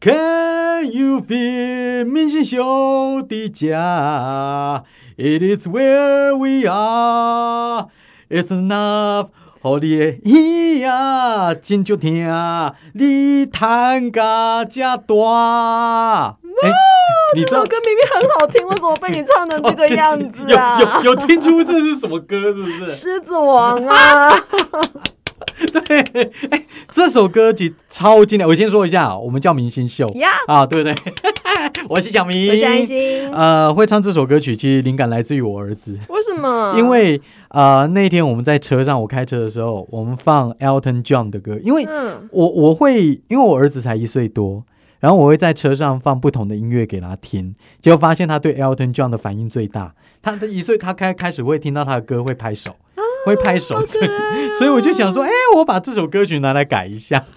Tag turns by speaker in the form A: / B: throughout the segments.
A: Can you feel 明星秀的家？It is where we are. It's enough. 互你的耳啊，真足听，你弹甲遮大。哎、 你
B: 这首歌明明很好听，为什么被你唱成这个样子啊？
A: 哦 有有有听出这是什么歌？是不是？
B: 狮子王啊，
A: 对，哎、这首歌其实超经典。我先说一下，我们叫明星秀
B: 呀
A: 啊，对 不对？我是小明，
B: 我是安心。
A: 呃，会唱这首歌曲，其实灵感来自于我儿子，
B: 为什么？
A: 因为呃那天我们在车上，我开车的时候，我们放 Elton John 的歌，因为
B: 嗯，
A: 我我会因为我儿子才一岁多，然后我会在车上放不同的音乐给他听，结果发现他对 Elton John 的反应最大。他的一岁，他开开始会听到他的歌，会拍手，会拍
B: 哦
A: 手，所以
B: 啊
A: 所以我就想说，哎、我把这首歌曲拿来改一下。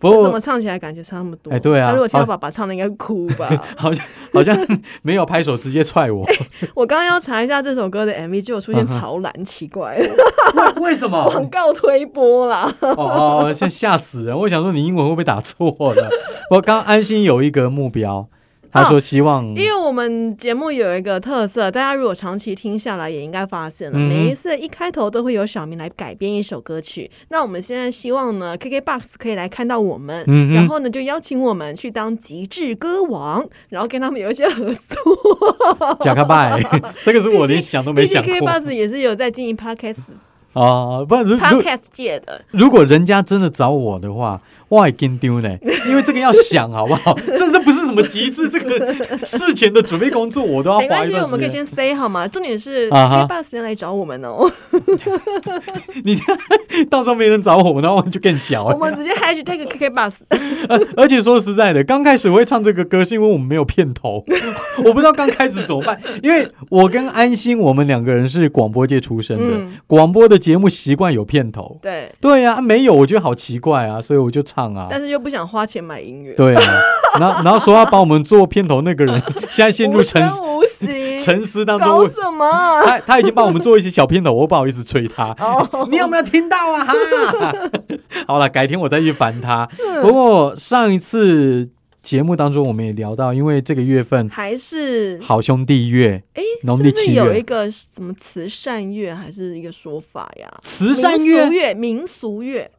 A: 不
B: 嗯那怎么
A: 过
B: 唱起来感觉差那么多？
A: 哦哎对啊
B: 他如果听
A: 好？
B: 到爸爸唱的，应该会哭吧
A: 好像好像没有拍手，直接踹
B: 哎
A: 我。
B: 我刚刚要查一下这首歌的 MV，就有出现
A: 嗯哼
B: 曹澜，奇怪，
A: 为为什么？
B: 广告推播啦。
A: 哦哦，哦吓吓死人！我想说你英文会不会打错了？我刚安心有一个目标，他
B: 哦
A: 说希望
B: 因为我们节目有一个特色，大家如果长期听下来，也应该发现了，
A: 嗯哼
B: 每一次一开头都会有小明来改编一首歌曲。那我们现在希望呢，KKBOX 可以来看到我们，
A: 嗯哼
B: 然后呢就邀请我们去当极致歌王，然后跟他们有一些合作。
A: 贾克拜， 这个是我连想都没想
B: 毕竟
A: 过
B: KKBOX 也是有在经营 Podcast
A: 啊！不然 如如
B: Podcast 界的，
A: 如果人家真的找我的话，我也跟丢呢，因为这个要想好不好？ 这这不是什么极致，这个事前的准备工作我都要
B: 没
A: 花
B: 关
A: 一
B: 系，
A: 段
B: 我们可
A: 时
B: 以
A: 间。
B: 先 say 好吗？重点是
A: 啊哈
B: KKBOX 要来找我们哦，
A: 你这样到时候没人找我，然后我就更小
B: 我
A: 了。
B: 们直接 Hashtag KKBOX。
A: 而且说实在的，刚开始我会唱这个歌，是因为我们没有片 头，我不知道刚开始怎么办。因为我跟安心，我们两个人是广播界出身的，
B: 嗯
A: 广播的节目习惯有片头。
B: 对，
A: 对呀、啊，没有，我觉得好奇怪啊，所以我就唱啊。
B: 但是又不想花钱买音乐。
A: 对啊，然后然后说要帮我们做片头那 个人，现在陷入沉思
B: 无声 无息，
A: 沉思当中
B: 搞
A: 我。
B: 什么？啊
A: 他他已经帮我们做一些小片头，我不好意思催他。
B: 哦，
A: 你有没有听到啊？ 哈，好了，改天我再去烦他。
B: 嗯
A: 不过上一次节目当中我们也聊到，因为这个月份
B: 还是
A: 好兄弟月、
B: 哎，
A: 农
B: 是
A: 历
B: 不是
A: 七
B: 有
A: 月
B: 一个什么慈善月，还是一个说法呀？
A: 慈善
B: 民俗
A: 月
B: 月、民俗月，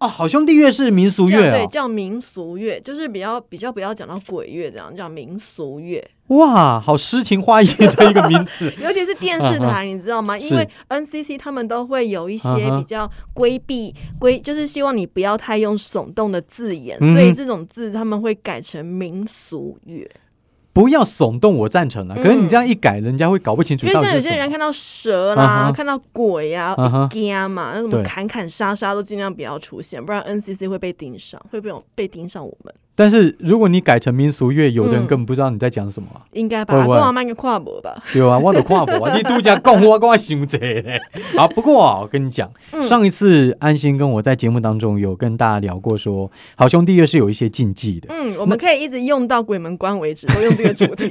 A: 哦，好兄弟月是民俗
B: 这
A: 月
B: 样对，
A: 哦。
B: 叫民俗月，就是比较比较不要讲到鬼月这样，叫民俗月。
A: 哇，好诗情画意的一个名字
B: 尤其是电视台，你知道吗？
A: 是
B: 因为 NCC 他们都会有一些
A: 嗯哼
B: 比较规避规，就是希望你不要太用耸动的字眼，
A: 嗯哼
B: 所以这种字他们会改成民俗乐。
A: 不要耸动，我赞成啊。可是你这样一改，人家会搞不清楚
B: 嗯因为
A: 到
B: 像
A: 底
B: 有
A: 是什
B: 些人
A: 么。
B: 看到蛇
A: 嗯
B: 啦，
A: 哼
B: 看到鬼呀、
A: 嗯哼
B: 啊、惊、嘛，那什么
A: 对
B: 砍砍杀杀都尽量不要出现，不然 NCC 会被盯上，会被我被盯上我们。
A: 但是如果你改成民俗乐，有的人
B: 嗯
A: 根本不知道你在讲什么啊、
B: 应该
A: 会
B: 吧，
A: 不
B: 跟
A: 会
B: 我慢个跨博吧。
A: 对啊，我都看 无啊，你度假讲我，我我想这嘞。好，不过啊，我跟你讲，
B: 嗯
A: 上一次安心跟我在节目当中有跟大家聊过说，好兄弟又是有一些禁忌 的，
B: 嗯，我们可以一直用到鬼门关为止，都用这个主 题，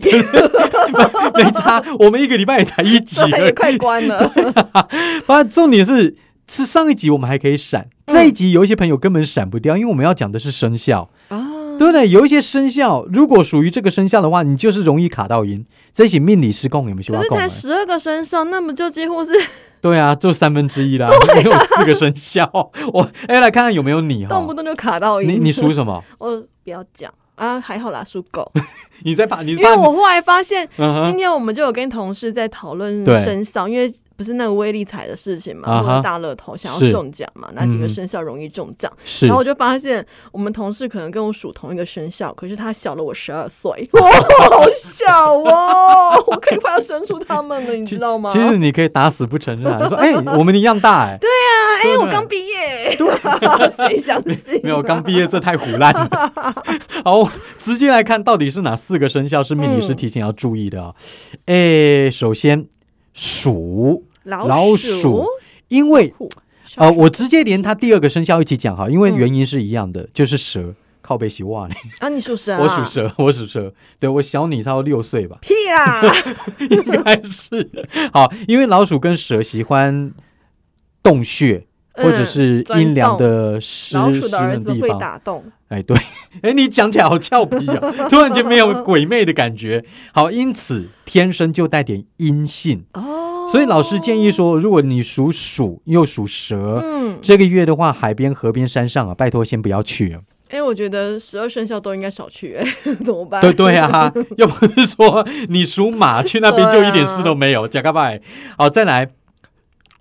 A: 没差，我们一个礼拜也才一 集而
B: 也
A: 已。
B: 快关了。
A: 啊，重点是是上一集我们还可以闪，
B: 嗯
A: 这一集有一些朋友根本闪不掉，因为我们要讲的是生肖，
B: 啊，
A: 对不对？有一些生肖如果属于这个生肖的话，你就是容易卡到音，这是命理失控，有没有喜
B: 可
A: 欢
B: 是
A: 控
B: 才？十二个身上，那么就几乎是
A: 对啊，就三分之一 啦，
B: 啊
A: 因为有四个生肖。我哎，来看看有没有你哈
B: 动。不动就卡到
A: 你
B: 音。
A: 你属什么？
B: 我不要讲啊，还好啦，属狗。
A: 你在怕？你
B: 因为
A: 怕你？
B: 我后来发现，
A: 嗯
B: 今
A: 哼，
B: 天我们就有跟同事在讨论
A: 对
B: 生肖，因为不是那个威力彩的事情
A: 啊哈
B: 嘛，或者大乐透想
A: 是嗯
B: 要中奖嘛，那几个生肖容易中奖。
A: 是
B: 然后我就发现，我们同事可能跟我属同一个生肖，可是他小了我十二岁， 哇，好小哦， 我可以快要生出他们了，你
A: 其
B: 知道吗？
A: 其实你可以打死不承认啊！ 你说，哎，我们一样大哎。对
B: 啊，哎、
A: 对不
B: 我
A: 对
B: 刚毕业， 谁相信、
A: 没有，刚毕。业这太胡乱 了。好，直接来看到底是哪四个生肖是命理师
B: 嗯
A: 提醒要注意的啊、哎，首先鼠，
B: 老
A: 老鼠
B: 鼠，
A: 因为
B: 虎
A: 呃，我直接连它第二个生肖一起讲哈，因为
B: 嗯
A: 原因是一样的，就是蛇。靠背洗袜呢？
B: 啊，你属蛇、啊？，
A: 我属蛇，我属蛇，对我小你差不多六岁吧
B: 屁啦！
A: 应该是。好，因为老鼠跟蛇喜欢洞穴， 或者是
B: 嗯钻
A: 阴凉
B: 洞
A: 的湿
B: 老鼠
A: 湿
B: 的儿
A: 冷
B: 子
A: 地
B: 会
A: 方。
B: 打洞，
A: 哎，对， 哎，你讲起来好俏皮啊， 突然间没有鬼魅的感觉。好，因此天生就带点阴性，
B: 哦，
A: 所以老师建议，说，如果你属鼠又属蛇，
B: 嗯，
A: 这个月的话，海边、河边、山上啊，拜托先不要去啊。
B: 哎，我觉得十二生肖都应该少去，哎， 怎么办？
A: 对对 啊，要不是说你属马去那边就一点事都没有，
B: 啊
A: 加个拜。好，再来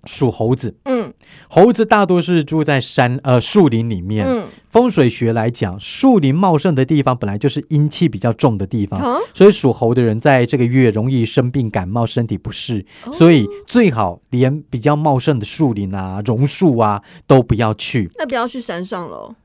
A: 属猴子，
B: 嗯
A: 猴子大多是住在山呃树林里面。
B: 嗯，
A: 风水学来讲，树林茂盛的地方本来就是阴气比较重的地方。
B: 好，
A: 所以属猴的人在这个月容易生病、感冒、身体不适，
B: 哦
A: 所以最好连比较茂盛的树林啊、榕树啊都不要去。
B: 那不要去山上喽。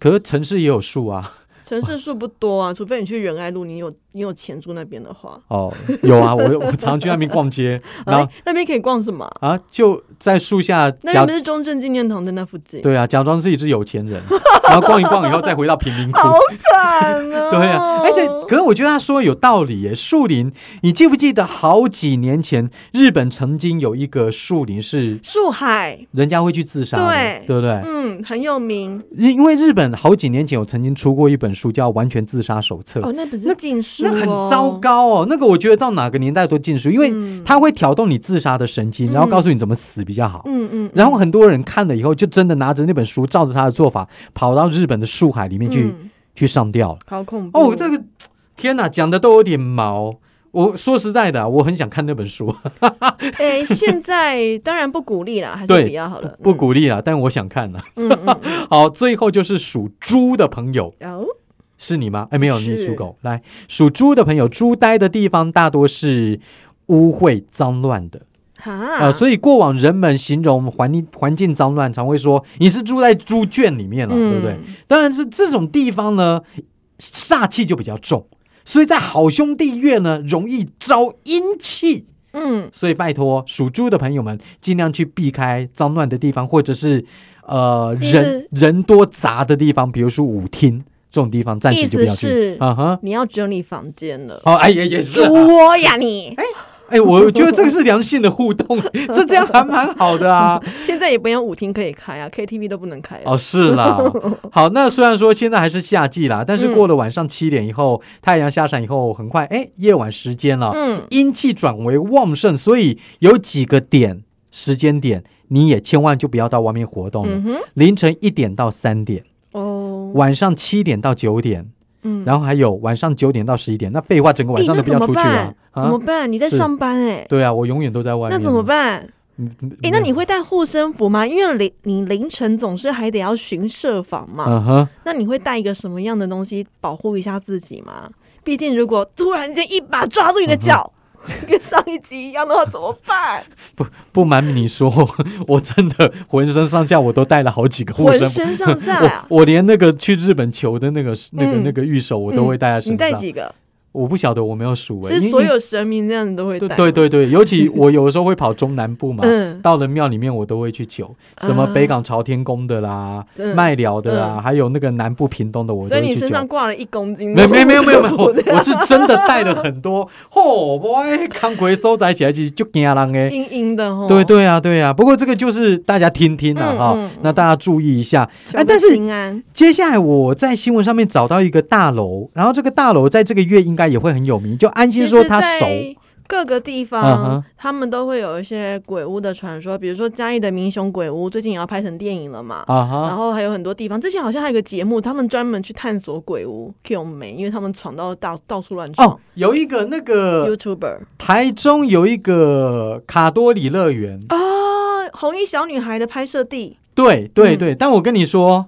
A: 可是城市也有树啊，
B: 城市数不多啊，除非你去仁爱路，你有你有钱住那边的话，
A: 哦，有啊，我我常去那边逛 街，然
B: 哎
A: 后，
B: 那边可以逛什么啊？
A: 啊就在树下
B: 那
A: 假
B: 边不是中正纪念堂在那附近，
A: 对啊，假装自己是有钱人， 然后逛一逛以后再回到贫民窟。
B: 好惨 啊！
A: 对啊，哎，对，可是我觉得他说的有道理耶。树林，你记不记得好几年前日本曾经有一个树林是
B: 树海，
A: 人家会去自杀的，
B: 对
A: 不对？
B: 嗯，很有名
A: 因因为日本好几年前有曾经出过一本书叫《完全自杀手册》。
B: 哦，那本是禁书、
A: 那
B: 哦，
A: 很糟。糕哦，那个我觉得到哪个年代都禁书，因
B: 嗯
A: 为它会挑动你自杀的神经，然后告诉你怎么死比较好。
B: 嗯嗯，
A: 然后很多人看了以后，就真的拿着那本书，照着他的做法，跑到日本的树海里面去、
B: 嗯
A: 去上吊了。
B: 好恐怖
A: 哦，这个天哪，讲的都有点毛。我说实在的啊、我很想看那本书，
B: 嗯哎，现在当然不鼓励啦，还
A: 对
B: 是比较好了。
A: 不鼓励啦，但我想看啦。
B: 嗯嗯哦嗯，
A: 好，最后就是属猪的朋友，
B: 然后
A: 是你吗？哎，没有，你
B: 是
A: 属狗。来，属猪的朋友，猪呆的地方大多是污秽、脏乱的。
B: 哈，
A: 呃，所以过往人们形容环境环境脏乱，常会说你是住在猪圈里面了，啊
B: 嗯
A: 对不对？当然是这种地方呢，煞气就比较重，所以在好兄弟月呢，容易招阴气。
B: 嗯，
A: 所以拜托属猪的朋友们，尽量去避开脏乱的地方，或者是呃
B: 意
A: 人
B: 思
A: 人多杂的地方，比如说舞厅这种地方，暂时
B: 意
A: 就不
B: 思
A: 要去。
B: 是
A: 啊哈，
B: 你要整理房间了，
A: 好，哎也也是
B: 猪
A: 啊、
B: 窝呀你！
A: 哎，我觉得这个是良性的互动， 这这样还蛮好的啊。
B: 现在也不用舞厅可以开啊，KTV 都不能开了。
A: 哦，是啦。好，那虽然说现在还是夏季啦，但是
B: 嗯
A: 过了晚上七点以后，太阳下山以后，很快哎，夜晚时间了，
B: 嗯，
A: 阴气转为旺盛，所以有几个点时间点，你也千万就不要到外面活动了。
B: 嗯哼，
A: 凌晨一点到三点，
B: 哦，
A: 晚上七点到九点，
B: 嗯，
A: 然后还有晚上九点到十一点。那废话，整个晚上
B: 哦
A: 都
B: 诶
A: 不要出去啊！
B: 那怎么办？怎么
A: 啊，
B: 办？你在
A: 是
B: 上班哎，
A: 对啊，我永远都在外面
B: 那
A: 啊。
B: 怎么办？
A: 嗯？嗯
B: 哎，那你会带护身符吗？因为凌你凌晨总是还得要巡舍房嘛，
A: 嗯哼，
B: 那你会带一个什么样的东西保护一下自己吗？毕竟如果突然间一把抓住你的
A: 嗯
B: 脚， 跟上一集一样的话怎么办？
A: 不瞒你说， 我真的浑身上下我都带了好几个护
B: 浑
A: 身符。
B: 身上下啊，
A: 我我连那个去日本求的那个那个
B: 嗯
A: 那个玉手， 我都会带在身
B: 你带
A: 上。
B: 几个？
A: 我不晓得，我没有数诶。
B: 是
A: 因为
B: 所有神明这样子都会
A: 对
B: 带？
A: 对，对对，尤其我有的时候会跑中南部嘛，
B: 嗯
A: 到了庙里面我都会去求，什么
B: 啊
A: 北港朝天宫的啦、
B: 嗯
A: 麦寮的啦，还有那个南部屏东的，我都
B: 所以
A: 会
B: 你
A: 去
B: 身
A: 求。
B: 上挂了一公斤
A: 没
B: 的护
A: 没
B: 身符。
A: 没 有没有没有，我我是真的带了很多， 嚯、我康奎收窄起来其实就惊人诶。
B: 阴阴的哦。
A: 对，对啊，对啊，不过这个就是大家听听啊
B: 嗯
A: 哈、
B: 嗯
A: 那大家注意一下。哎，
B: 哎，
A: 但
B: 但
A: 是
B: 是平安，
A: 接下来我在新闻上面找到一个大楼，然后这个大楼在这个月应该也会很有名，就安心说它熟。
B: 其实在各个地
A: 嗯
B: 方
A: 哼，
B: 他们都会有一些鬼屋的传说，比如说嘉义的民雄鬼屋，最近也要拍成电影了嘛。
A: 啊哈
B: 然，后还有很多地方，之前好像还有个节目，他们专门去探索鬼屋 Q 美，因为他们闯到到到处乱
A: 哦呃
B: 闯。，
A: 有一个那个
B: YouTuber
A: 台中有一个卡多里乐园，
B: 啊，红衣小女孩的拍摄地，
A: 对
B: 嗯
A: 对对，但我跟你说，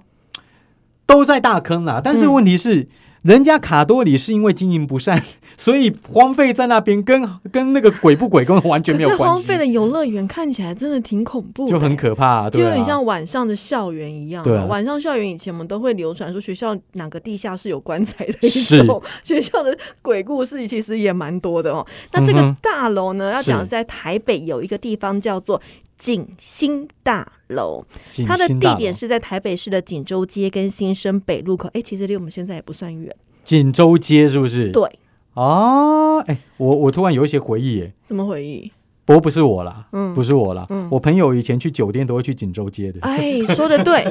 A: 都在大坑啦。但是
B: 嗯
A: 问题是，人家卡多里是因为经营不善， 所以荒废在那边，跟跟那个鬼不鬼根本完全
B: 可
A: 没
B: 是
A: 有关
B: 荒
A: 系
B: 废，的游乐园看起来真的挺恐怖的，
A: 就很可怕、
B: 就
A: 对
B: 有
A: 啊
B: 点。像晚上的校园一样嘛。
A: 对啊
B: 晚上校园以前我们都会流传说学校哪个地下室有棺材的
A: 是
B: 一种， 学校的鬼故事其实也蛮多的哦。那这
A: 嗯
B: 个
A: 哼
B: 大楼呢，要
A: 是
B: 讲是在台北有一个地方叫做。景星大楼，
A: 景
B: 它的
A: 星
B: 地
A: 大
B: 点
A: 楼
B: 是在台北市的锦州街跟新生北路口。哎，其实离我们现在也不算远。
A: 锦州街，是不是？
B: 对，
A: 哦，哎，我我突然有一些回忆耶，
B: 怎么回忆？
A: 不过不是我啦，
B: 嗯
A: 不是我啦，
B: 嗯
A: 我朋友以前去酒店都会去锦州街的，
B: 哎，说的对，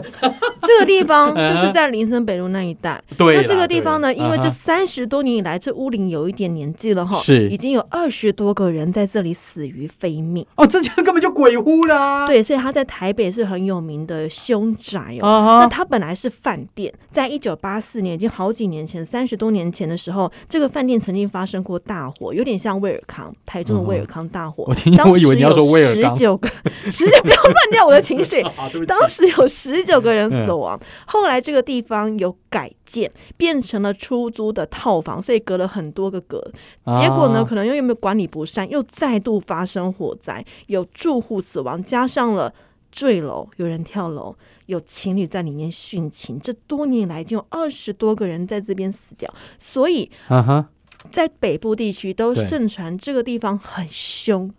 B: 这个地方就是在林森北路那一带。
A: 对啦，
B: 那这个地方呢，
A: 对啦
B: 因为这
A: 嗯哼
B: 三十多年以来，这乌林有一点年纪了哈，
A: 是
B: 已经有二十多个人在这里死于非命。
A: 哦，这就根本就鬼屋啦，
B: 对，所以他在台北是很有名的凶宅哦。那
A: 啊哈，
B: 它本来是饭店，在一九八四年，已经好几年前，三十多年前的时候，这个饭店曾经发生过大火，有点像威尔康，台中的威尔康大火。
A: 嗯我听见我以为你要说威尔刚
B: 十九个， 十九，不要乱掉我的情绪。
A: 啊，对不
B: 当时有十九个人
A: 嗯
B: 死亡，后来这个地方有改建，变成了出租的套房，所以隔了很多个隔。结果呢，
A: 啊
B: 可能又因为管理不善，又再度发生火灾，有住户死亡，加上了。坠楼，有人跳楼，有情侣在里面殉情。这多年来已经有二十多个人在这边死掉，所以
A: 啊哈，
B: 在北部地区都
A: 对
B: 盛传这个地方很凶，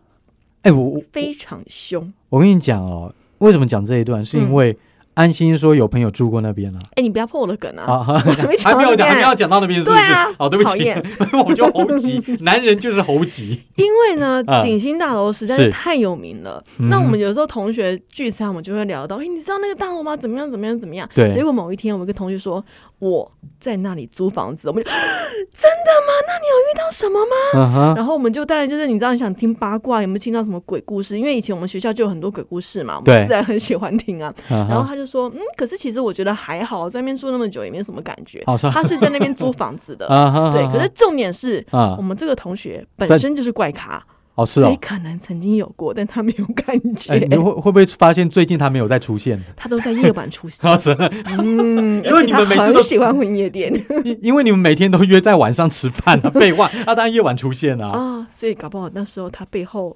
A: 哎，我我
B: 非常凶。
A: 我跟你讲哦，为什么讲这一段，是因
B: 嗯
A: 为安心说有朋友住过那边了
B: 哎、你不要破我的梗 啊！
A: 啊，
B: 我还没
A: 还
B: 讲到
A: 没有
B: 这边
A: 还没有讲到那边是不
B: 对
A: 是
B: 啊？
A: 哦，对不起
B: 讨厌，
A: 我就猴 急，男人就是猴急，
B: 因为呢
A: 啊，
B: 景星大楼实在是
A: 是
B: 太有名了。
A: 嗯
B: 那我们有时候同学聚餐，我们就会聊到，哎、你知道那个大楼吗？怎么样？怎么样？怎么样？
A: 对
B: 结果某一天，我一个同学说我在那里租房子，我们就 真的吗？那你有遇到什么吗？
A: 嗯哼，
B: 然后我们就当然就是你知道，你想听八卦，有没有听到什么鬼故事？因为以前我们学校就有很多鬼故事嘛，我
A: 对
B: 们自然很喜欢听啊。
A: 然
B: 然后他就说，嗯，可是其实我觉得还好，在那边住那么久也没什么感觉。
A: 哦好是吧
B: 他是在那边租房子 的，
A: 啊哈，
B: 对。可是重点是。
A: 啊
B: 我，们这个同学本
A: 在
B: 身就是怪咖，
A: 哦是
B: 所以
A: 哦，
B: 可能曾经有过，但他没有感觉，
A: 哎，你会会不会发现最近他没有再出现？
B: 他都在夜晚出现。
A: 啊是，
B: 嗯，
A: 因为
B: 而且
A: 你
B: 他
A: 们每次
B: 很
A: 都
B: 喜欢混夜店
A: 因因为你们每天都约在晚上吃饭啊， 废话，他当然夜晚出现 啊，
B: 啊，所以搞不好那时候他 背后，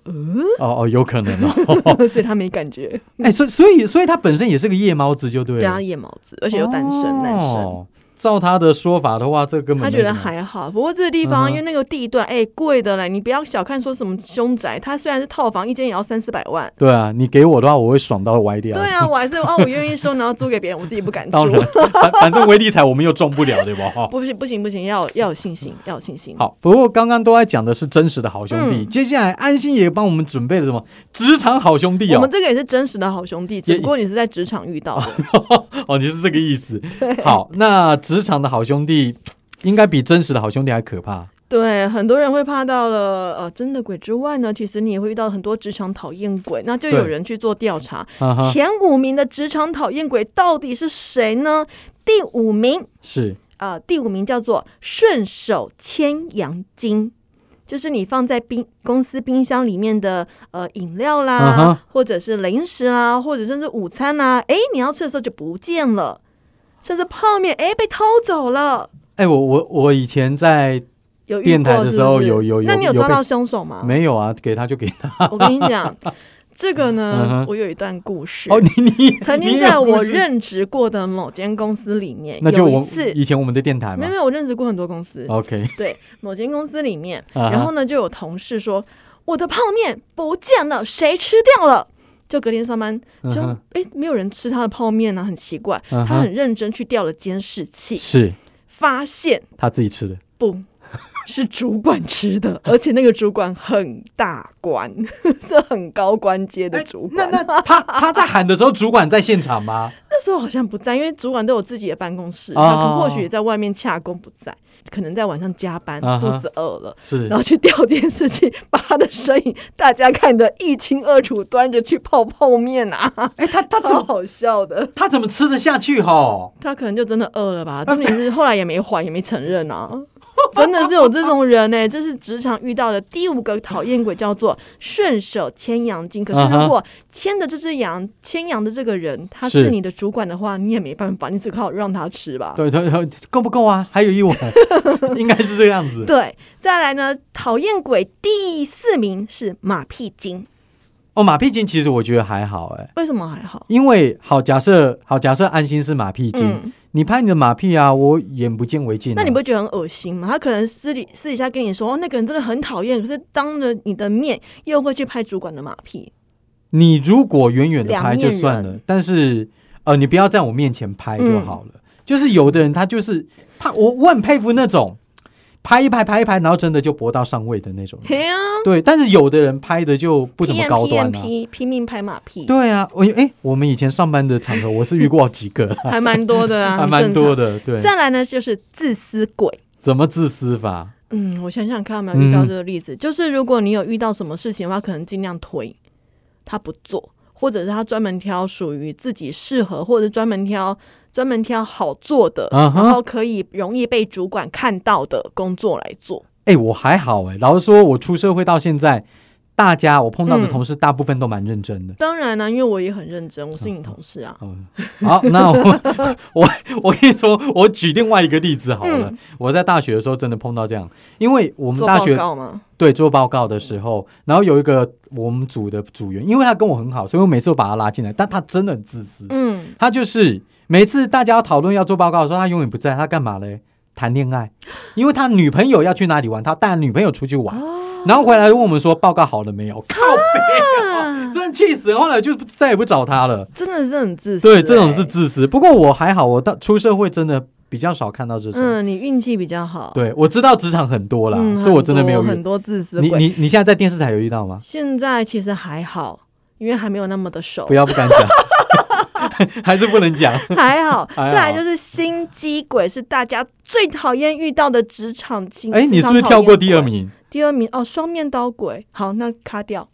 A: 哦哦，有可能哦。
B: 呃，所以他没感觉。
A: 哎、所以所以所以他本身也是个夜猫子，就对了。
B: 对啊，，夜毛子，而且又单身，男生。
A: 哦。照他的说法的话，这根本
B: 他
A: 没
B: 觉得
A: 什么
B: 还好，不过这个地
A: 嗯
B: 方
A: 哼
B: 因为那个地段，哎，贵的嘞，你不要小看说什么凶宅，它虽然是套房，一间也要三四百万。
A: 对啊，你给我的话，我会爽到歪掉。
B: 对啊，我还是哦，我愿意收，然后租给别人，我自己不 敢
A: 当
B: 住。
A: 然，反反正威力彩我们又中不了，对 吧？哈。
B: 不行不行不行，要要有信心，要有信心。
A: 好，不过刚刚都在讲的是真实的好兄弟，
B: 嗯
A: 接下来安心也帮我们准备了什么职场好兄弟
B: 我
A: 哦
B: 们，这个也是真实的好兄弟，只不过你是在职场遇到的。
A: 哦，你是这个意 思。好，那职场的好兄弟应该比真实的好兄弟还可怕。
B: 对，很多人会怕到了呃真的鬼之外呢，其实你也会遇到很多职场讨厌鬼，那就有
A: 对嗯
B: 人去做调查，
A: 哈哈，
B: 前五名的职场讨厌鬼到底是谁呢？第五名，
A: 是
B: 呃，第五名叫做顺手牵羊精。就是你放在冰公司冰箱里面的呃饮料啦
A: 嗯哼
B: 或者是零食啦，或者甚至午餐啦，诶，你要吃的时候就不见了，甚至泡面诶被偷走了，
A: 哎、我我我以前在
B: 有遇
A: 电台
B: 过
A: 的
B: 是
A: 时
B: 不
A: 候
B: 是
A: 有有有
B: 那你有
A: 有
B: 抓
A: 被
B: 到凶手吗？
A: 没有啊，给他就给他。
B: 我跟你讲，这个
A: 嗯
B: 呢
A: 哼，
B: 我有一段故事。
A: 哦，你你
B: 曾
A: 你
B: 经
A: 有
B: 在
A: 故
B: 我
A: 事
B: 任职过的某间公司里面，
A: 那就
B: 有一
A: 我
B: 次，
A: 以前我们的电台嘛
B: 没有没。有，我任职过很多公司，
A: OK，
B: 对，某间公司里面，
A: 哦啊哈
B: 然后呢，就有同事说我的泡面不见了，谁吃掉了？就隔天上班，就
A: 嗯哼
B: 哎、没有人吃他的泡面呢、啊很奇怪。
A: 嗯
B: 他
A: 哼
B: 很认真去调了监视器，
A: 是
B: 发现
A: 他自己吃的。
B: 不是主管 吃的，而且那个主管很大官， 是很高官阶的主管。那
A: 他他在喊的时候，主管在现场吗？
B: 时候好像不在，因为主管都有自己的办公室，
A: 哦
B: 他可能或许也在外面洽工不在，可能在晚上加班，
A: 啊哈
B: 肚子饿了。
A: 是
B: 然后去调监视器，把他的身影大家看得一清二楚，端着去泡泡面啊，
A: 哎、他他怎
B: 超
A: 么
B: 好笑的。
A: 他怎么吃得下去哈？
B: 他可能就真的饿了吧？重点是后来也没还，也没承认啊。 真的是有这种人呢、这是职场遇到的第五个讨厌鬼，叫做顺手牵羊精。可是如果牵的这只羊，牵羊的这个人他
A: 是
B: 是你的主管的话，你也没办法，你只靠让他吃吧。
A: 对对对，够不够啊？还有 一碗，应该是这样子。
B: 对，再来呢，讨厌鬼第四名是马屁精，
A: 哦，马屁精其实我觉得还好哎、
B: 为什么还好？
A: 因为好假设好假设安心是马屁精，
B: 嗯，
A: 你拍你的马屁啊，我眼不见为净、啊。
B: 那你不会觉得很恶心吗？他可能私底私底下跟你说，哦，那个人真的很讨厌，可是当着你的面又会去拍主管的马屁，
A: 你如果远远的
B: 两
A: 拍
B: 面
A: 就算
B: 人嗯
A: 了，但是呃，你不要在我面前拍就好了。就是有的人他就是他，我我很佩服那种拍一拍拍一拍，然后真的就搏到上位的那种人。
B: 嘿啊呀，
A: 对，但是有的人拍的就不怎么高端啊。
B: 拼拼命拍马屁，
A: 对啊，我哎，我们以前上班的场合，我是遇过几个，
B: 还蛮多的 啊，
A: 还蛮多
B: 的。
A: 的。对，
B: 再来呢，就是自私鬼。
A: 怎么自私法？
B: 嗯，我想想看有没有遇到这个例
A: 嗯
B: 子，就是如果你有遇到什么事情的话，可能尽量推，他不做，或者是他专门挑属于自己适合，或者专门挑专门挑好做的
A: 啊哈
B: 然后可以容易被主管看到的工作来做。
A: 哎、我还好哎、老实说，我出社会到现在，大家我碰到
B: 嗯
A: 的同事大部分都蛮认真的。
B: 当然呢、因为我也很认真，我是你同事啊。
A: 嗯，好， 那我我我跟你说，我举另外一个例子好了。我在大学的时候真的碰到这样，因为我们
B: 嗯做
A: 大
B: 报
A: 学
B: 告吗？
A: 对做报告的时候，然后有一个我们组的组员，因为他跟我很好，所以我每次都把他拉进来，但他真的很自私，
B: 嗯，
A: 他就是每次大家要讨论要做报告的时候，他永远不在，他干嘛嘞？谈恋爱，因为他女朋友要去哪里玩，他带女朋友出去玩，
B: 哦
A: 然后回来问我们说报告好了
B: 啊
A: 没有，靠北、啊，真的气死了！后来就再也不找他了。
B: 真的是很自私、
A: 对，这种
B: 欸
A: 是自私。不过我还好，我到出社会真的比较少看到这种。
B: 嗯，你运气比较好。
A: 对，我知道职场很多啦，
B: 嗯，
A: 是我真的没有
B: 很多
A: 遇
B: 很。多自私
A: 你
B: 鬼。
A: 你你现在在电视台有遇到吗？
B: 现在其实还好，因为还没有那么的熟
A: 不。要不敢讲，还是不能讲。
B: 还好，
A: 还好
B: 再来就是心机鬼，是大家最讨厌遇到的职场心。
A: 哎，你是
B: 职场
A: 不是跳过
B: 讨厌鬼
A: 第二？名？
B: 第二名哦，双面刀鬼。好，那卡掉。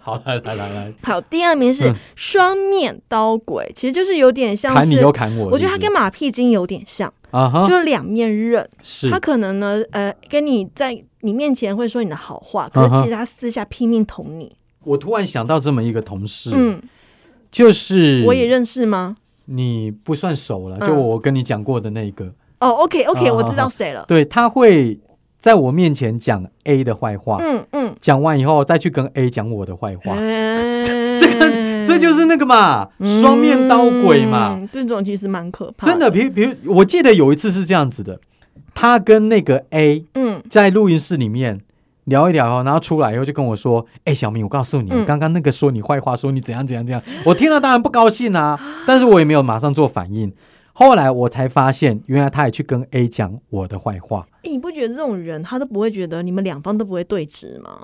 A: 好，来来来来，
B: 好，第二名是
A: 嗯
B: 双面刀鬼，其实就是有点像
A: 砍你
B: 是
A: 又，砍我。
B: 我觉
A: 是
B: 得他
A: 不是
B: 跟马屁精有点像，
A: 啊哈
B: 就是两面刃。
A: 是
B: 他可能呢，呃，跟你在你面前会说你的好话，可
A: 嗯
B: 是
A: 哼
B: 其实他私下拼命捅你。
A: 我突然想到这么一个同事，
B: 嗯，
A: 就是
B: 我也认识吗？
A: 你不算熟了，
B: 嗯
A: 就我跟你讲过的那个，
B: 哦，OK，OK，
A: 啊
B: 我知
A: 好
B: 道
A: 好
B: 谁了。
A: 对他会在我面前讲 A 的坏话，
B: 嗯嗯，
A: 讲完以后再去跟 A 讲我的坏话，
B: 这
A: 这个这就是那个嘛，
B: 嗯
A: 双面刀鬼嘛，
B: 嗯，这种其实蛮可怕。
A: 真的，，比如比如我记得有一次是这样子的，他跟那个 A
B: 嗯，
A: 在录音室里面。聊一聊哦，然后出来以后就跟我说：“哎、小明，我告诉你，
B: 嗯
A: 刚刚那个说你坏话，说你怎样怎样怎样。”我听了当然不高兴啊，但是我也没有马上做反应。后来我才发现，原来他也去跟 A 讲我的坏话，
B: 诶你不觉得这种人他都不会觉得你们两方都不会对质吗？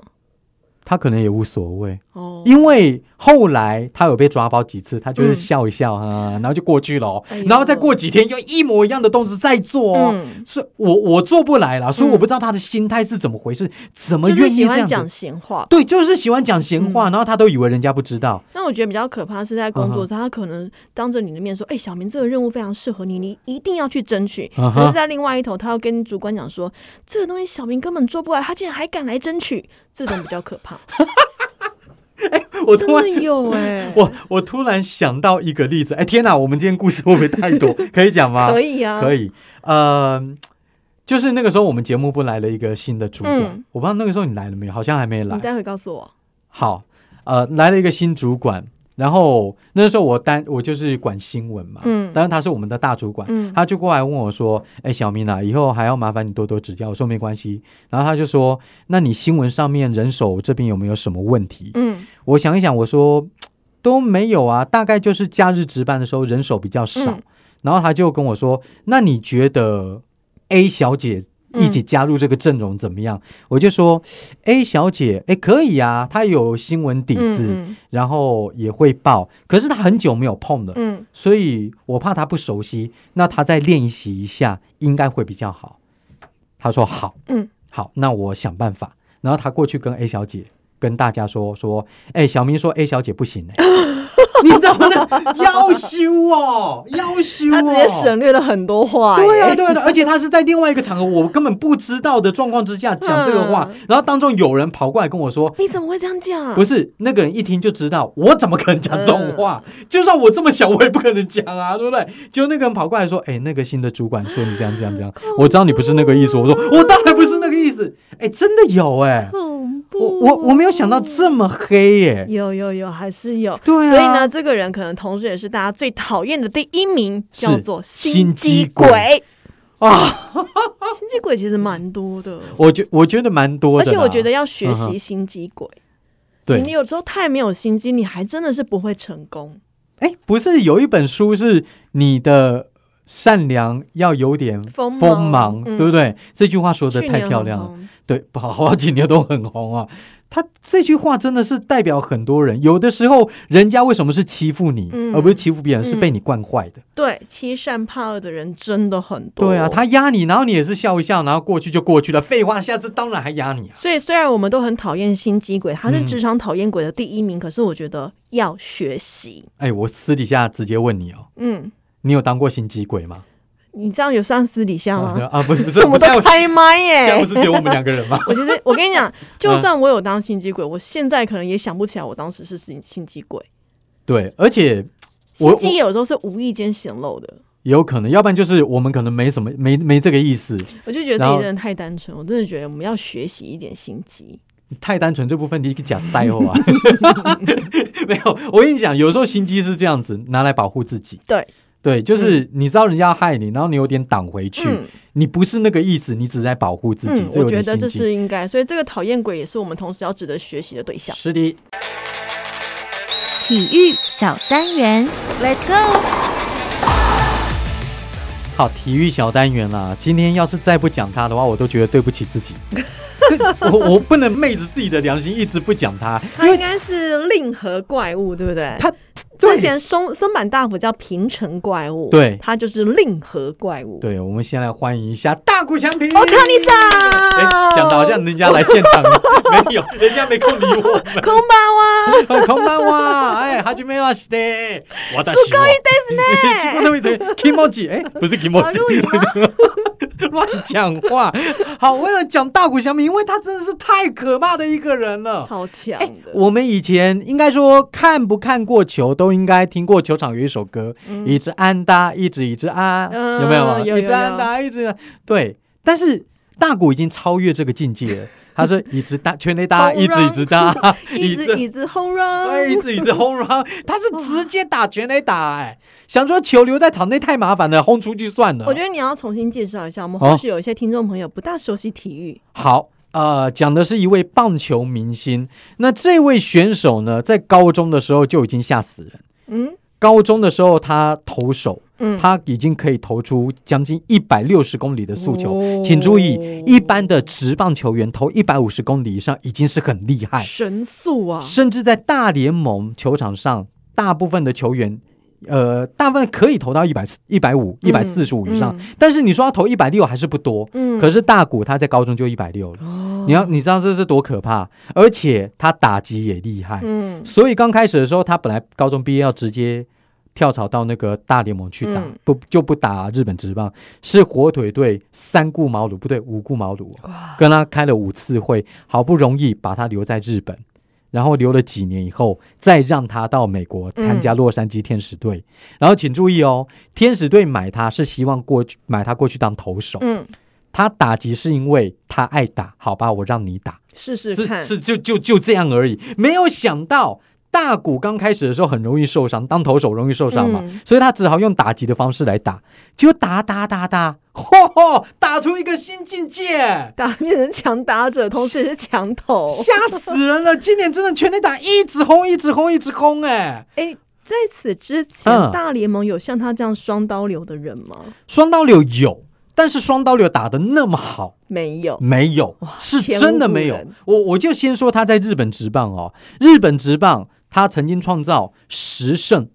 A: 他可能也无所谓。
B: 哦，
A: 因为后来他有被抓包几次，他就是
B: 嗯
A: 笑一笑哈、然后就过去了哦、
B: 哎呦
A: 然后再过几天又一模一样的动作再做哦。
B: 嗯，
A: 所以我我做不来了，所以
B: 嗯
A: 我不知道他的心态是怎么回事，怎么
B: 就是
A: 愿意
B: 喜
A: 这
B: 欢
A: 样子？
B: 讲嗯闲话。
A: 对，就是喜欢讲闲话，然后他都以为人家不知道。
B: 那我觉得比较可怕是在工
A: 嗯
B: 作上，他可能当着你的面说：“哎、小明，这个任务非常适合你，你一定要去争取。
A: 啊哈
B: 可是，在另外一头，他要跟主管讲说：“这个东西小明根本做不来，他竟然还敢来争取。”这种比较可怕，
A: 我
B: 真
A: 突然，
B: 的 有哎、
A: 我我突然想到一个例子，哎，天哪，我们今天故事会不会太 多？可以讲吗？
B: 可以啊，
A: 可以，呃，就是那个时候我们节目部来了一个新的主管，
B: 嗯
A: 我不知道那个时候你来了没有，好像还没来
B: 你。待会告诉我。
A: 好，呃，来了一个新主管，然后那时候我担我就是管新闻嘛，
B: 嗯
A: 当然他是我们的大主管，
B: 嗯
A: 啊他就过来问我说：“哎，小明啊，以后还要麻烦你多多指教。”我说没关系，然后他就说：“那你新闻上面人手这边有没有什么问题？”
B: 嗯
A: 我想一想，我说都没有啊，大概就是假日值班的时候人手比较少。
B: 嗯
A: 然后他就跟我说：“那你觉得 A 小姐一起加入这个阵容怎么样？”我就说：“A 小姐，哎，可以啊，她有新闻底子，
B: 嗯
A: 然后也会报，可是她很久没有碰了，
B: 嗯，
A: 所以我怕她不熟悉。那她再练习一下，应该会比较好。”他说：“好，
B: 嗯，
A: 好，那我想办法。”然后他过去跟 A 小姐跟大家说：“说，哎，小明说 A 小姐不行、欸， 你知道吗？要修哦，要修、哦，
B: 他直接省略了很多话、
A: 对啊，
B: 耶，
A: 对啊，对啊而且他是在另外一个场合，我根本不知道的状况之下讲这个话，
B: 嗯
A: 然后当中有人跑过来跟我说。
B: 你怎么会这样讲？
A: 不是那个人一听就知道，我怎么可能讲这种话？
B: 嗯
A: 就算我这么小，我也不可能讲 啊，对不对？就那个人跑过来说：“哎、那个新的主管说你这样这样这样，
B: 嗯
A: 我知道你不是那个意思。”我说：“我当然不是那个意思。哎，真的有哎、
B: 恐怖
A: 我我我没有想到这么黑耶、
B: 有有有，还是有。
A: 对啊，
B: 所以呢，这个人可能同时也是大家最讨厌的第一名，
A: 是
B: 叫做
A: 心机
B: 机
A: 鬼啊，
B: 心机鬼其实蛮多的，
A: 我觉我觉得蛮多
B: 而
A: 的啦，
B: 且我觉得要学
A: 嗯
B: 习心机鬼。
A: 对
B: 你有时候太没有心机，你还真的是不会成功。
A: 哎，不是有一本书是你的善良要有点
B: 锋芒
A: 锋芒，
B: 嗯
A: 对不对？这句话说的
B: 去
A: 太
B: 年
A: 漂
B: 很
A: 亮了，
B: 红
A: 对， 不好好几年都很红啊。他这句话真的是代表很多人，有的时候人家为什么是欺负你，
B: 嗯
A: 而不是欺负别人，是
B: 嗯
A: 被你惯坏的。
B: 对，欺善怕恶的人真的很多。
A: 对啊，他压你，然后你也是笑一笑，然后过去就过去了。废话，下次当然还压你啊。
B: 所以虽然我们都很讨厌心机鬼，他是
A: 嗯
B: 职场讨厌鬼的第一名，可是我觉得要学习。
A: 哎，我私底下直接问你哦，
B: 嗯，
A: 你有当过心机鬼吗？
B: 你这样有上私底下吗？
A: 啊，不是不是，
B: 我
A: 不
B: 们
A: 是
B: 都哎
A: 现
B: 开麦耶、
A: 在不是只有嗯我们两个人吗？
B: 我其实我跟你讲，就算我有当心机鬼，我现在可能也想不起来我当时是心心机鬼。
A: 对，而且我
B: 心机有时候是无意间显露的，
A: 有可能，要不然就是我们可能没什么没没这个意思，
B: 我就觉得
A: 然
B: 自
A: 后
B: 己真的太单纯，我真的觉得我们要学习一点心机。
A: 太单纯这部分你一个假塞哦啊， 没有，我跟你讲，有时候心机是这样子拿来保护自己，
B: 对
A: 对，就是你知道人家要害你，然后你有点挡回去，
B: 嗯
A: 你不是那个意思，你只是在保护自己，
B: 嗯，
A: 这
B: 我
A: 有
B: 觉
A: 点
B: 得
A: 心
B: 这
A: 机。
B: 是应该，所以这个讨厌鬼也是我们同时要值得学习的对象。
A: 是的，
C: 体育小单元，Let's go！
A: 好，体育小单元啦，今天要是再不讲它的话，我都觉得对不起自 己。这我我不能昧着自己的良心一直不讲它，
B: 他应该是令和怪物，对不对？
A: 它
B: 之前松松坂大辅叫平成怪物，
A: 对
B: 他就是令和怪物。
A: 对，我们先来欢迎一下大谷翔平。
B: 哦，看你
A: 哎
B: 上，
A: 讲的好像人家来现场了， 没有，人家没空理我们。
B: 空啊巴哇，
A: 空班哇， 哎，哈基梅瓦西的，我的西瓜 一すね。西瓜都会怎 k i m o j i 哎，不是 k i m
B: 好
A: o j
B: 入语
A: i
B: 吗？
A: 乱讲话。好，我要讲大谷翔平，因为他真的是太可怕的一个人了。
B: 超强
A: 哎
B: 的，
A: 我们以前应该说看不看过球，都应该听过球场有一首歌，一直安哒，一直一直安，
B: 嗯
A: 有没有啊？
B: 有有
A: 一直安哒，一直啊对。但是大谷已经超越这个境界了，他是一直 哒，全垒打，
B: Home
A: 一直一直 哒，
B: 一
A: 直
B: 只椅子 home
A: 哎，一
B: run，
A: 直一直轰 o 他是直接打全垒打，哎，想说球留在场内太麻烦了，轰出去算了。
B: 我觉得你要重新介绍一下，我们
A: 哦
B: 或许有一些听众朋友不大熟悉体育，
A: 好，呃，讲的是一位棒球明星。那这位选手呢，在高中的时候就已经吓死人。
B: 嗯
A: 高中的时候，他投手，
B: 嗯，
A: 他已经可以投出将近一百六十公里的速球。
B: 哦
A: 请注意，一般的职棒球员投一百五十公里以上已经是很厉害，
B: 神速啊，
A: 甚至在大联盟球场上，大部分的球员。呃，大部分可以投到一百一百五、一百四十五以上，
B: 嗯
A: 但是你说要投一百六还是不多。
B: 嗯
A: 可是大谷他在高中就一百六了，
B: 哦
A: 你要你知道这是多可怕，而且他打击也厉害，
B: 嗯
A: 所以刚开始的时候，他本来高中毕业要直接跳槽到那个大联盟去打，
B: 嗯
A: 不就不打日本职棒，是火腿队三顾茅庐，不对，五顾茅庐哦，跟他开了五次会，好不容易把他留在日本。然后留了几年以后，再让他到美国参加洛杉矶天使队。然后请注意哦，天使队买他是希望过去买他过去当投手。
B: 嗯，
A: 他打击是因为他爱打，好吧，我让你打。
B: 试试
A: 是
B: 看，
A: 是就就就这样而已。没有想到大谷刚开始的时候很容易受伤，当投手容易受伤嘛，
B: 嗯
A: 所以他只好用打击的方式来打，就打打打打，嚯嚯，打出一个新境界。
B: 打变成强打者，同时也是强投，
A: 吓死人了！今年真的全垒打一直轰，一直轰，一直轰、哎，
B: 哎。在此之前，
A: 嗯
B: 大联盟有像他这样双刀流的人吗？
A: 双刀流有，但是双刀流打的那么好，
B: 没有，
A: 没有，是
B: 前无
A: 真的没有
B: 古人。
A: 我我就先说他在日本职棒哦，日本职棒他曾经创造十胜，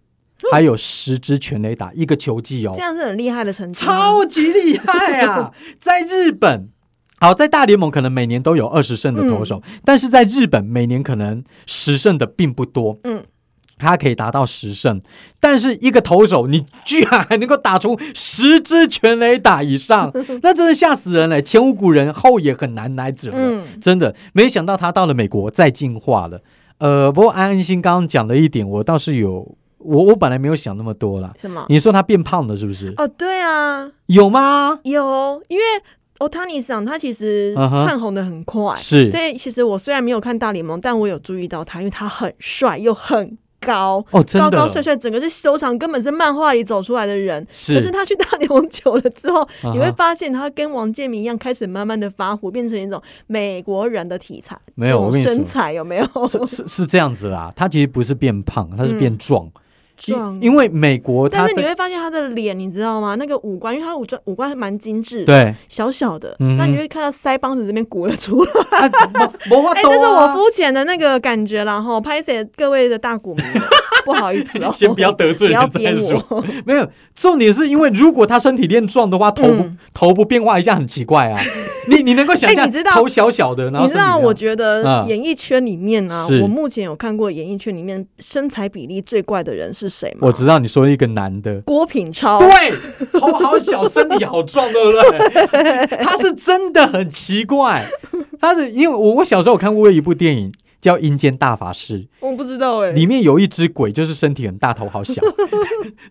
A: 还有十支全垒打一个球季哦
B: 这，样是很厉害的成绩吗。
A: 超级厉害 啊！在日本，好，在大联盟可能每年都有二十胜的投手，
B: 嗯
A: 但是在日本每年可能十胜的并不多。
B: 嗯。
A: 他可以达到十胜，但是一个投手，你居然还能够打出十支全垒打以 上，那真是吓死人了！前无古人，后也很难来者了。
B: 嗯
A: 真的没想到他到了美国再进化了。呃，不过安安心刚刚讲了一点，我倒是有，我我本来没有想那么多啦。
B: 什么？
A: 你说他变胖了是不是？
B: 哦，对啊，
A: 有吗？
B: 有，因为 Otani 桑他其实
A: 嗯哼
B: 窜红的很快
A: 是
B: 所以其实我虽然没有看大联盟，但我有注意到他，因为他很帅又很高，
A: 哦，真
B: 高
A: 的，
B: 高帅帅，整个是修长，根本是漫画里走出来的人。可
A: 是
B: 是他去大联盟久了 之后
A: 嗯哼
B: 你会发现他跟王建民一样，开始慢慢的发福，变成一种美国人的体态。
A: 没有
B: 那种
A: 我跟你说
B: 身材有没有？
A: 是是是这样子啦，他其实不是变胖，他是变壮。
B: 嗯壮，
A: 因为美国它
B: 但是你
A: 在
B: 会发现他的脸，你知道吗？那个五官，因为他五官五官还蛮精致，，
A: 对
B: 小小的，
A: 嗯哼
B: 那你就会看到腮帮子这边鼓了 出来。
A: 啊，没没法
B: 哎、
A: 度
B: 这是我
A: 啊
B: 肤浅的那个感觉啦，哈，拍谁各位的大 股民，不好意思哦、
A: 先不要得罪
B: 不要
A: 人再
B: 编
A: 说。
B: 我，
A: 没有，重点是因为如果他身体练壮的话，头不、
B: 嗯
A: 头不变化一下很奇怪 啊。你你能够想
B: 哎
A: 象、
B: 你知道
A: 头小小的，然后
B: 你知道，
A: 身体
B: 我
A: 这样
B: 觉得
A: 嗯
B: 演艺圈里面啊，
A: 是
B: 我目前有看过演艺圈里面身材比例最怪的人是谁吗？
A: 我知道你说一个男 的。
B: 郭品超，
A: 对，头好小，身体好壮，对不对？ 他是真的很奇怪，他是因为我我小时候有看过一部电影叫《阴间大法师》，
B: 我不知道哎、
A: 里面有一只鬼，就是身体很大，头好 小。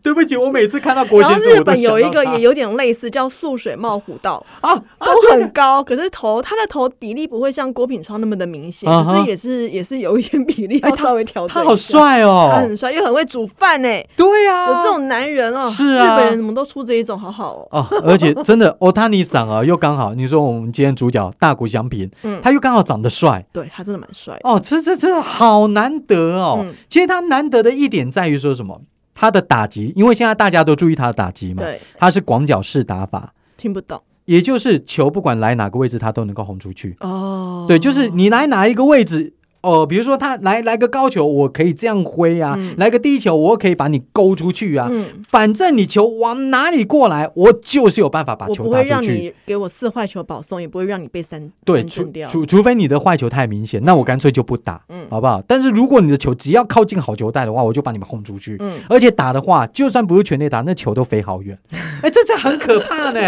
A: 对不起，我每次看到郭
B: 然后
A: 先生，我
B: 日
A: 都
B: 本有一
A: 想到
B: 个
A: 他
B: 也有点类似，叫素水茂虎道，
A: 啊啊，
B: 都
A: 对
B: 很高，可是头他的头比例不会像郭品超那么的明显，
A: 啊
B: 可
A: 哈
B: 是也是也是有一点比例
A: 哎
B: 要稍微调 整。
A: 他好，帅哦，
B: 他很帅，又很会煮饭呢。
A: 对啊，
B: 有这种男人哦，
A: 是啊
B: 日本人怎么都出这一种，好好哦。
A: 哦，而且真的欧塔尼桑啊，又刚好你说我们今天主角大谷翔平，
B: 嗯
A: 他又刚好长得帅。
B: 对他真的蛮帅的，
A: 哦，这这这好难得哦！
B: 嗯
A: 其实他难得的一点在于说什么？他的打击，因为现在大家都注意他的打击嘛，
B: 对，
A: 他是啊广角式打法，
B: 听不懂
A: 也就是球不管来哪个位置，他都能够轰出去。
B: 哦。
A: 对，就是你来哪一个位置，哦、比如说他来来个高球，我可以这样挥啊；
B: 嗯
A: 来个低球，我可以把你勾出去啊。
B: 嗯，
A: 反正你球往哪里过来，我就是有办法把
B: 我
A: 球
B: 不
A: 打
B: 会
A: 出
B: 让
A: 去。
B: 你给我四坏球保送，也不会让你被三
A: 对，
B: 三
A: 除
B: 振掉。
A: 除除非你的坏球太明显，那我干脆就不打，
B: 嗯
A: 好不好？但是如果你的球只要靠近好球带的话，我就把你们轰出去。
B: 嗯
A: 而且打的话，就算不是全力打，那球都飞好 远。哎，这这很可怕呢，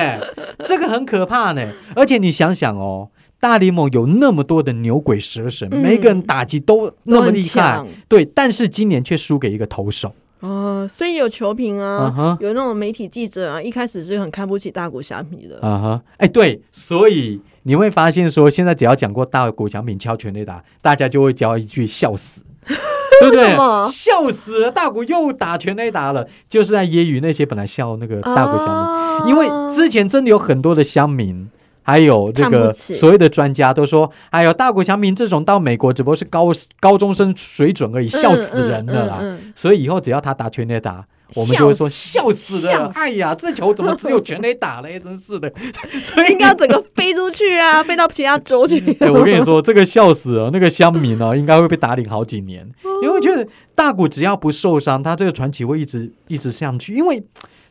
A: 这个很可怕呢。而且你想想哦，大联盟有那么多的牛鬼蛇神，
B: 嗯
A: 每个人打击都那么厉害
B: 都很强，
A: 对，但是今年却输给一个投手。
B: 哦，所以有球评啊
A: 嗯哼
B: 有那种媒体记者啊，一开始是很看不起大谷翔平的。
A: 啊哈，哎，对，所以你会发现说，现在只要讲过大谷翔平敲全垒打，大家就会教一句“笑死”，对不
B: 为
A: 对
B: 什么？
A: 笑死了，大谷又打全垒打了，就是在揶揄那些本来笑那个大谷翔平，
B: 啊
A: 因为之前真的有很多的乡民。还有这
B: 看
A: 个
B: 不起
A: 所谓的专家都说，哎呦，大谷翔平这种到美国只不过是高高中生水准而已，笑死人了啦！
B: 嗯嗯嗯嗯嗯
A: 所以以后只要他打全垒打，我们就会说笑
B: 笑
A: 死
B: 死
A: 了
B: 笑！死
A: 哎呀，这球怎么只有全垒打嘞？真是 的，所以
B: 应该要整个飞出去啊，飞到其他州去。
A: 对我跟你说，这个笑死了，那个乡民哦，应该会被打脸好几年，因为我觉得大谷只要不受伤，他这个传奇会一直一直上去，因为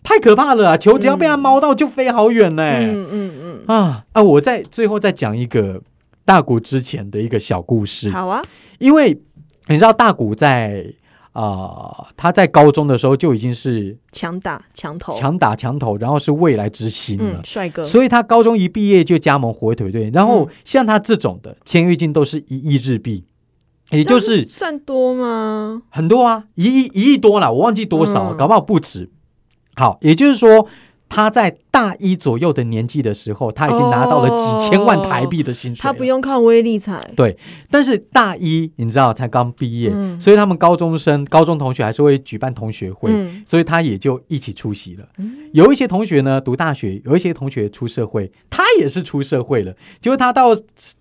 A: 太可怕了啊！球只要被他猫到，就飞好远嘞、
B: 嗯嗯
A: 啊啊！我再最后再讲一个大谷之前的一个小故事
B: 嗯，，好啊，
A: 因为你知道大谷在啊、呃他在高中的时候就已经是
B: 强打强投，
A: 强打强投，然后是未来之星了
B: 嗯，。帅哥，
A: 所以他高中一毕业就加盟火腿队，然后
B: 嗯
A: 像他这种的签约金都是一亿日币，也就
B: 这样
A: 是
B: 子算多吗？
A: 很多啊，一亿一亿多啦，我忘记多少，
B: 嗯
A: 搞不好不止。好，也就是说他在大一左右的年纪的时候，他已经拿到了几千万台币的薪水了
B: 哦他不用靠威力彩，
A: 但是大一你知道才刚毕业，
B: 嗯
A: 所以他们高中生、高中同学还是会举办同学会，
B: 嗯
A: 所以他也就一起出席了。有一些同学呢读大学，有一些同学出社会，他也是出社会了。结果他到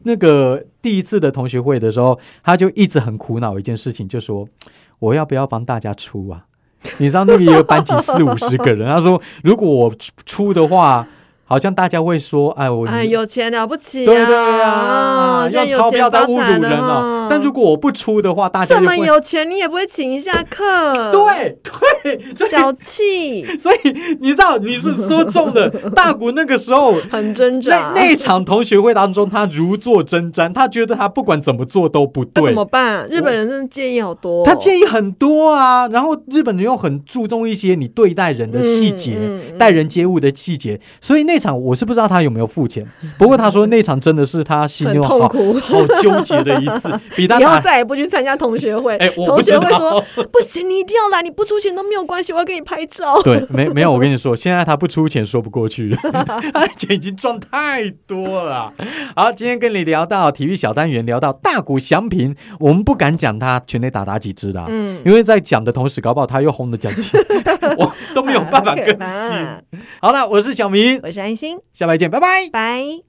A: 那个第一次的同学会的时候，他就一直很苦恼一件事情，就说我要不要帮大家出啊？ 你知道那个一个班级四五十个人，他说如果我出出的话，好像大家会说，哎，我
B: 哎，有钱了不起啊，
A: 对对
B: 啊
A: 啊，
B: 现在
A: 用
B: 有
A: 钞
B: 钱
A: 票在
B: 发
A: 侮
B: 财
A: 辱
B: 了
A: 人哦
B: 哈。
A: 但如果我不出的话，大家
B: 这
A: 就
B: 么
A: 会
B: 有钱，你也不会请一下客，，
A: 对对，所以
B: 小气，
A: 所以你知道你是说中 了大谷那个时候。
B: 很挣
A: 那
B: 扎，啊
A: 那一场同学会当中，他如坐针毡，他觉得他不管怎么做都不
B: 那
A: 对
B: 怎，么办？日本人真的介意好多哦，
A: 他建议很多啊。然后日本人又很注重一些你对待人的细节，
B: 嗯嗯嗯
A: 待人接物的细节，所以那场我是不知道他有没有付钱，不过他说那场真的是他心
B: 很
A: 中
B: 痛
A: 哦好
B: 苦，
A: 好纠结的一次，比他
B: 以后
A: 打
B: 再也不去参加同学会。
A: 哎我不
B: 同学会
A: 知道
B: 说不行，你一定要来，你不出钱都没有关系，我要跟你拍 照。
A: 对，没没有，我跟你说，现在他不出钱说不过去 了，他的钱已经赚太多了。好，今天跟你聊到体育小单元，聊到大谷翔平，我们不敢讲他全垒打打几支的、啊，
B: 嗯，
A: 因为在讲的同时，搞不好他又红了奖金， 我都没有办法更
B: 好可
A: 新。
B: 怕
A: 好了，我是小明，
B: 我是安心，
A: 下回见，拜拜。
B: 拜。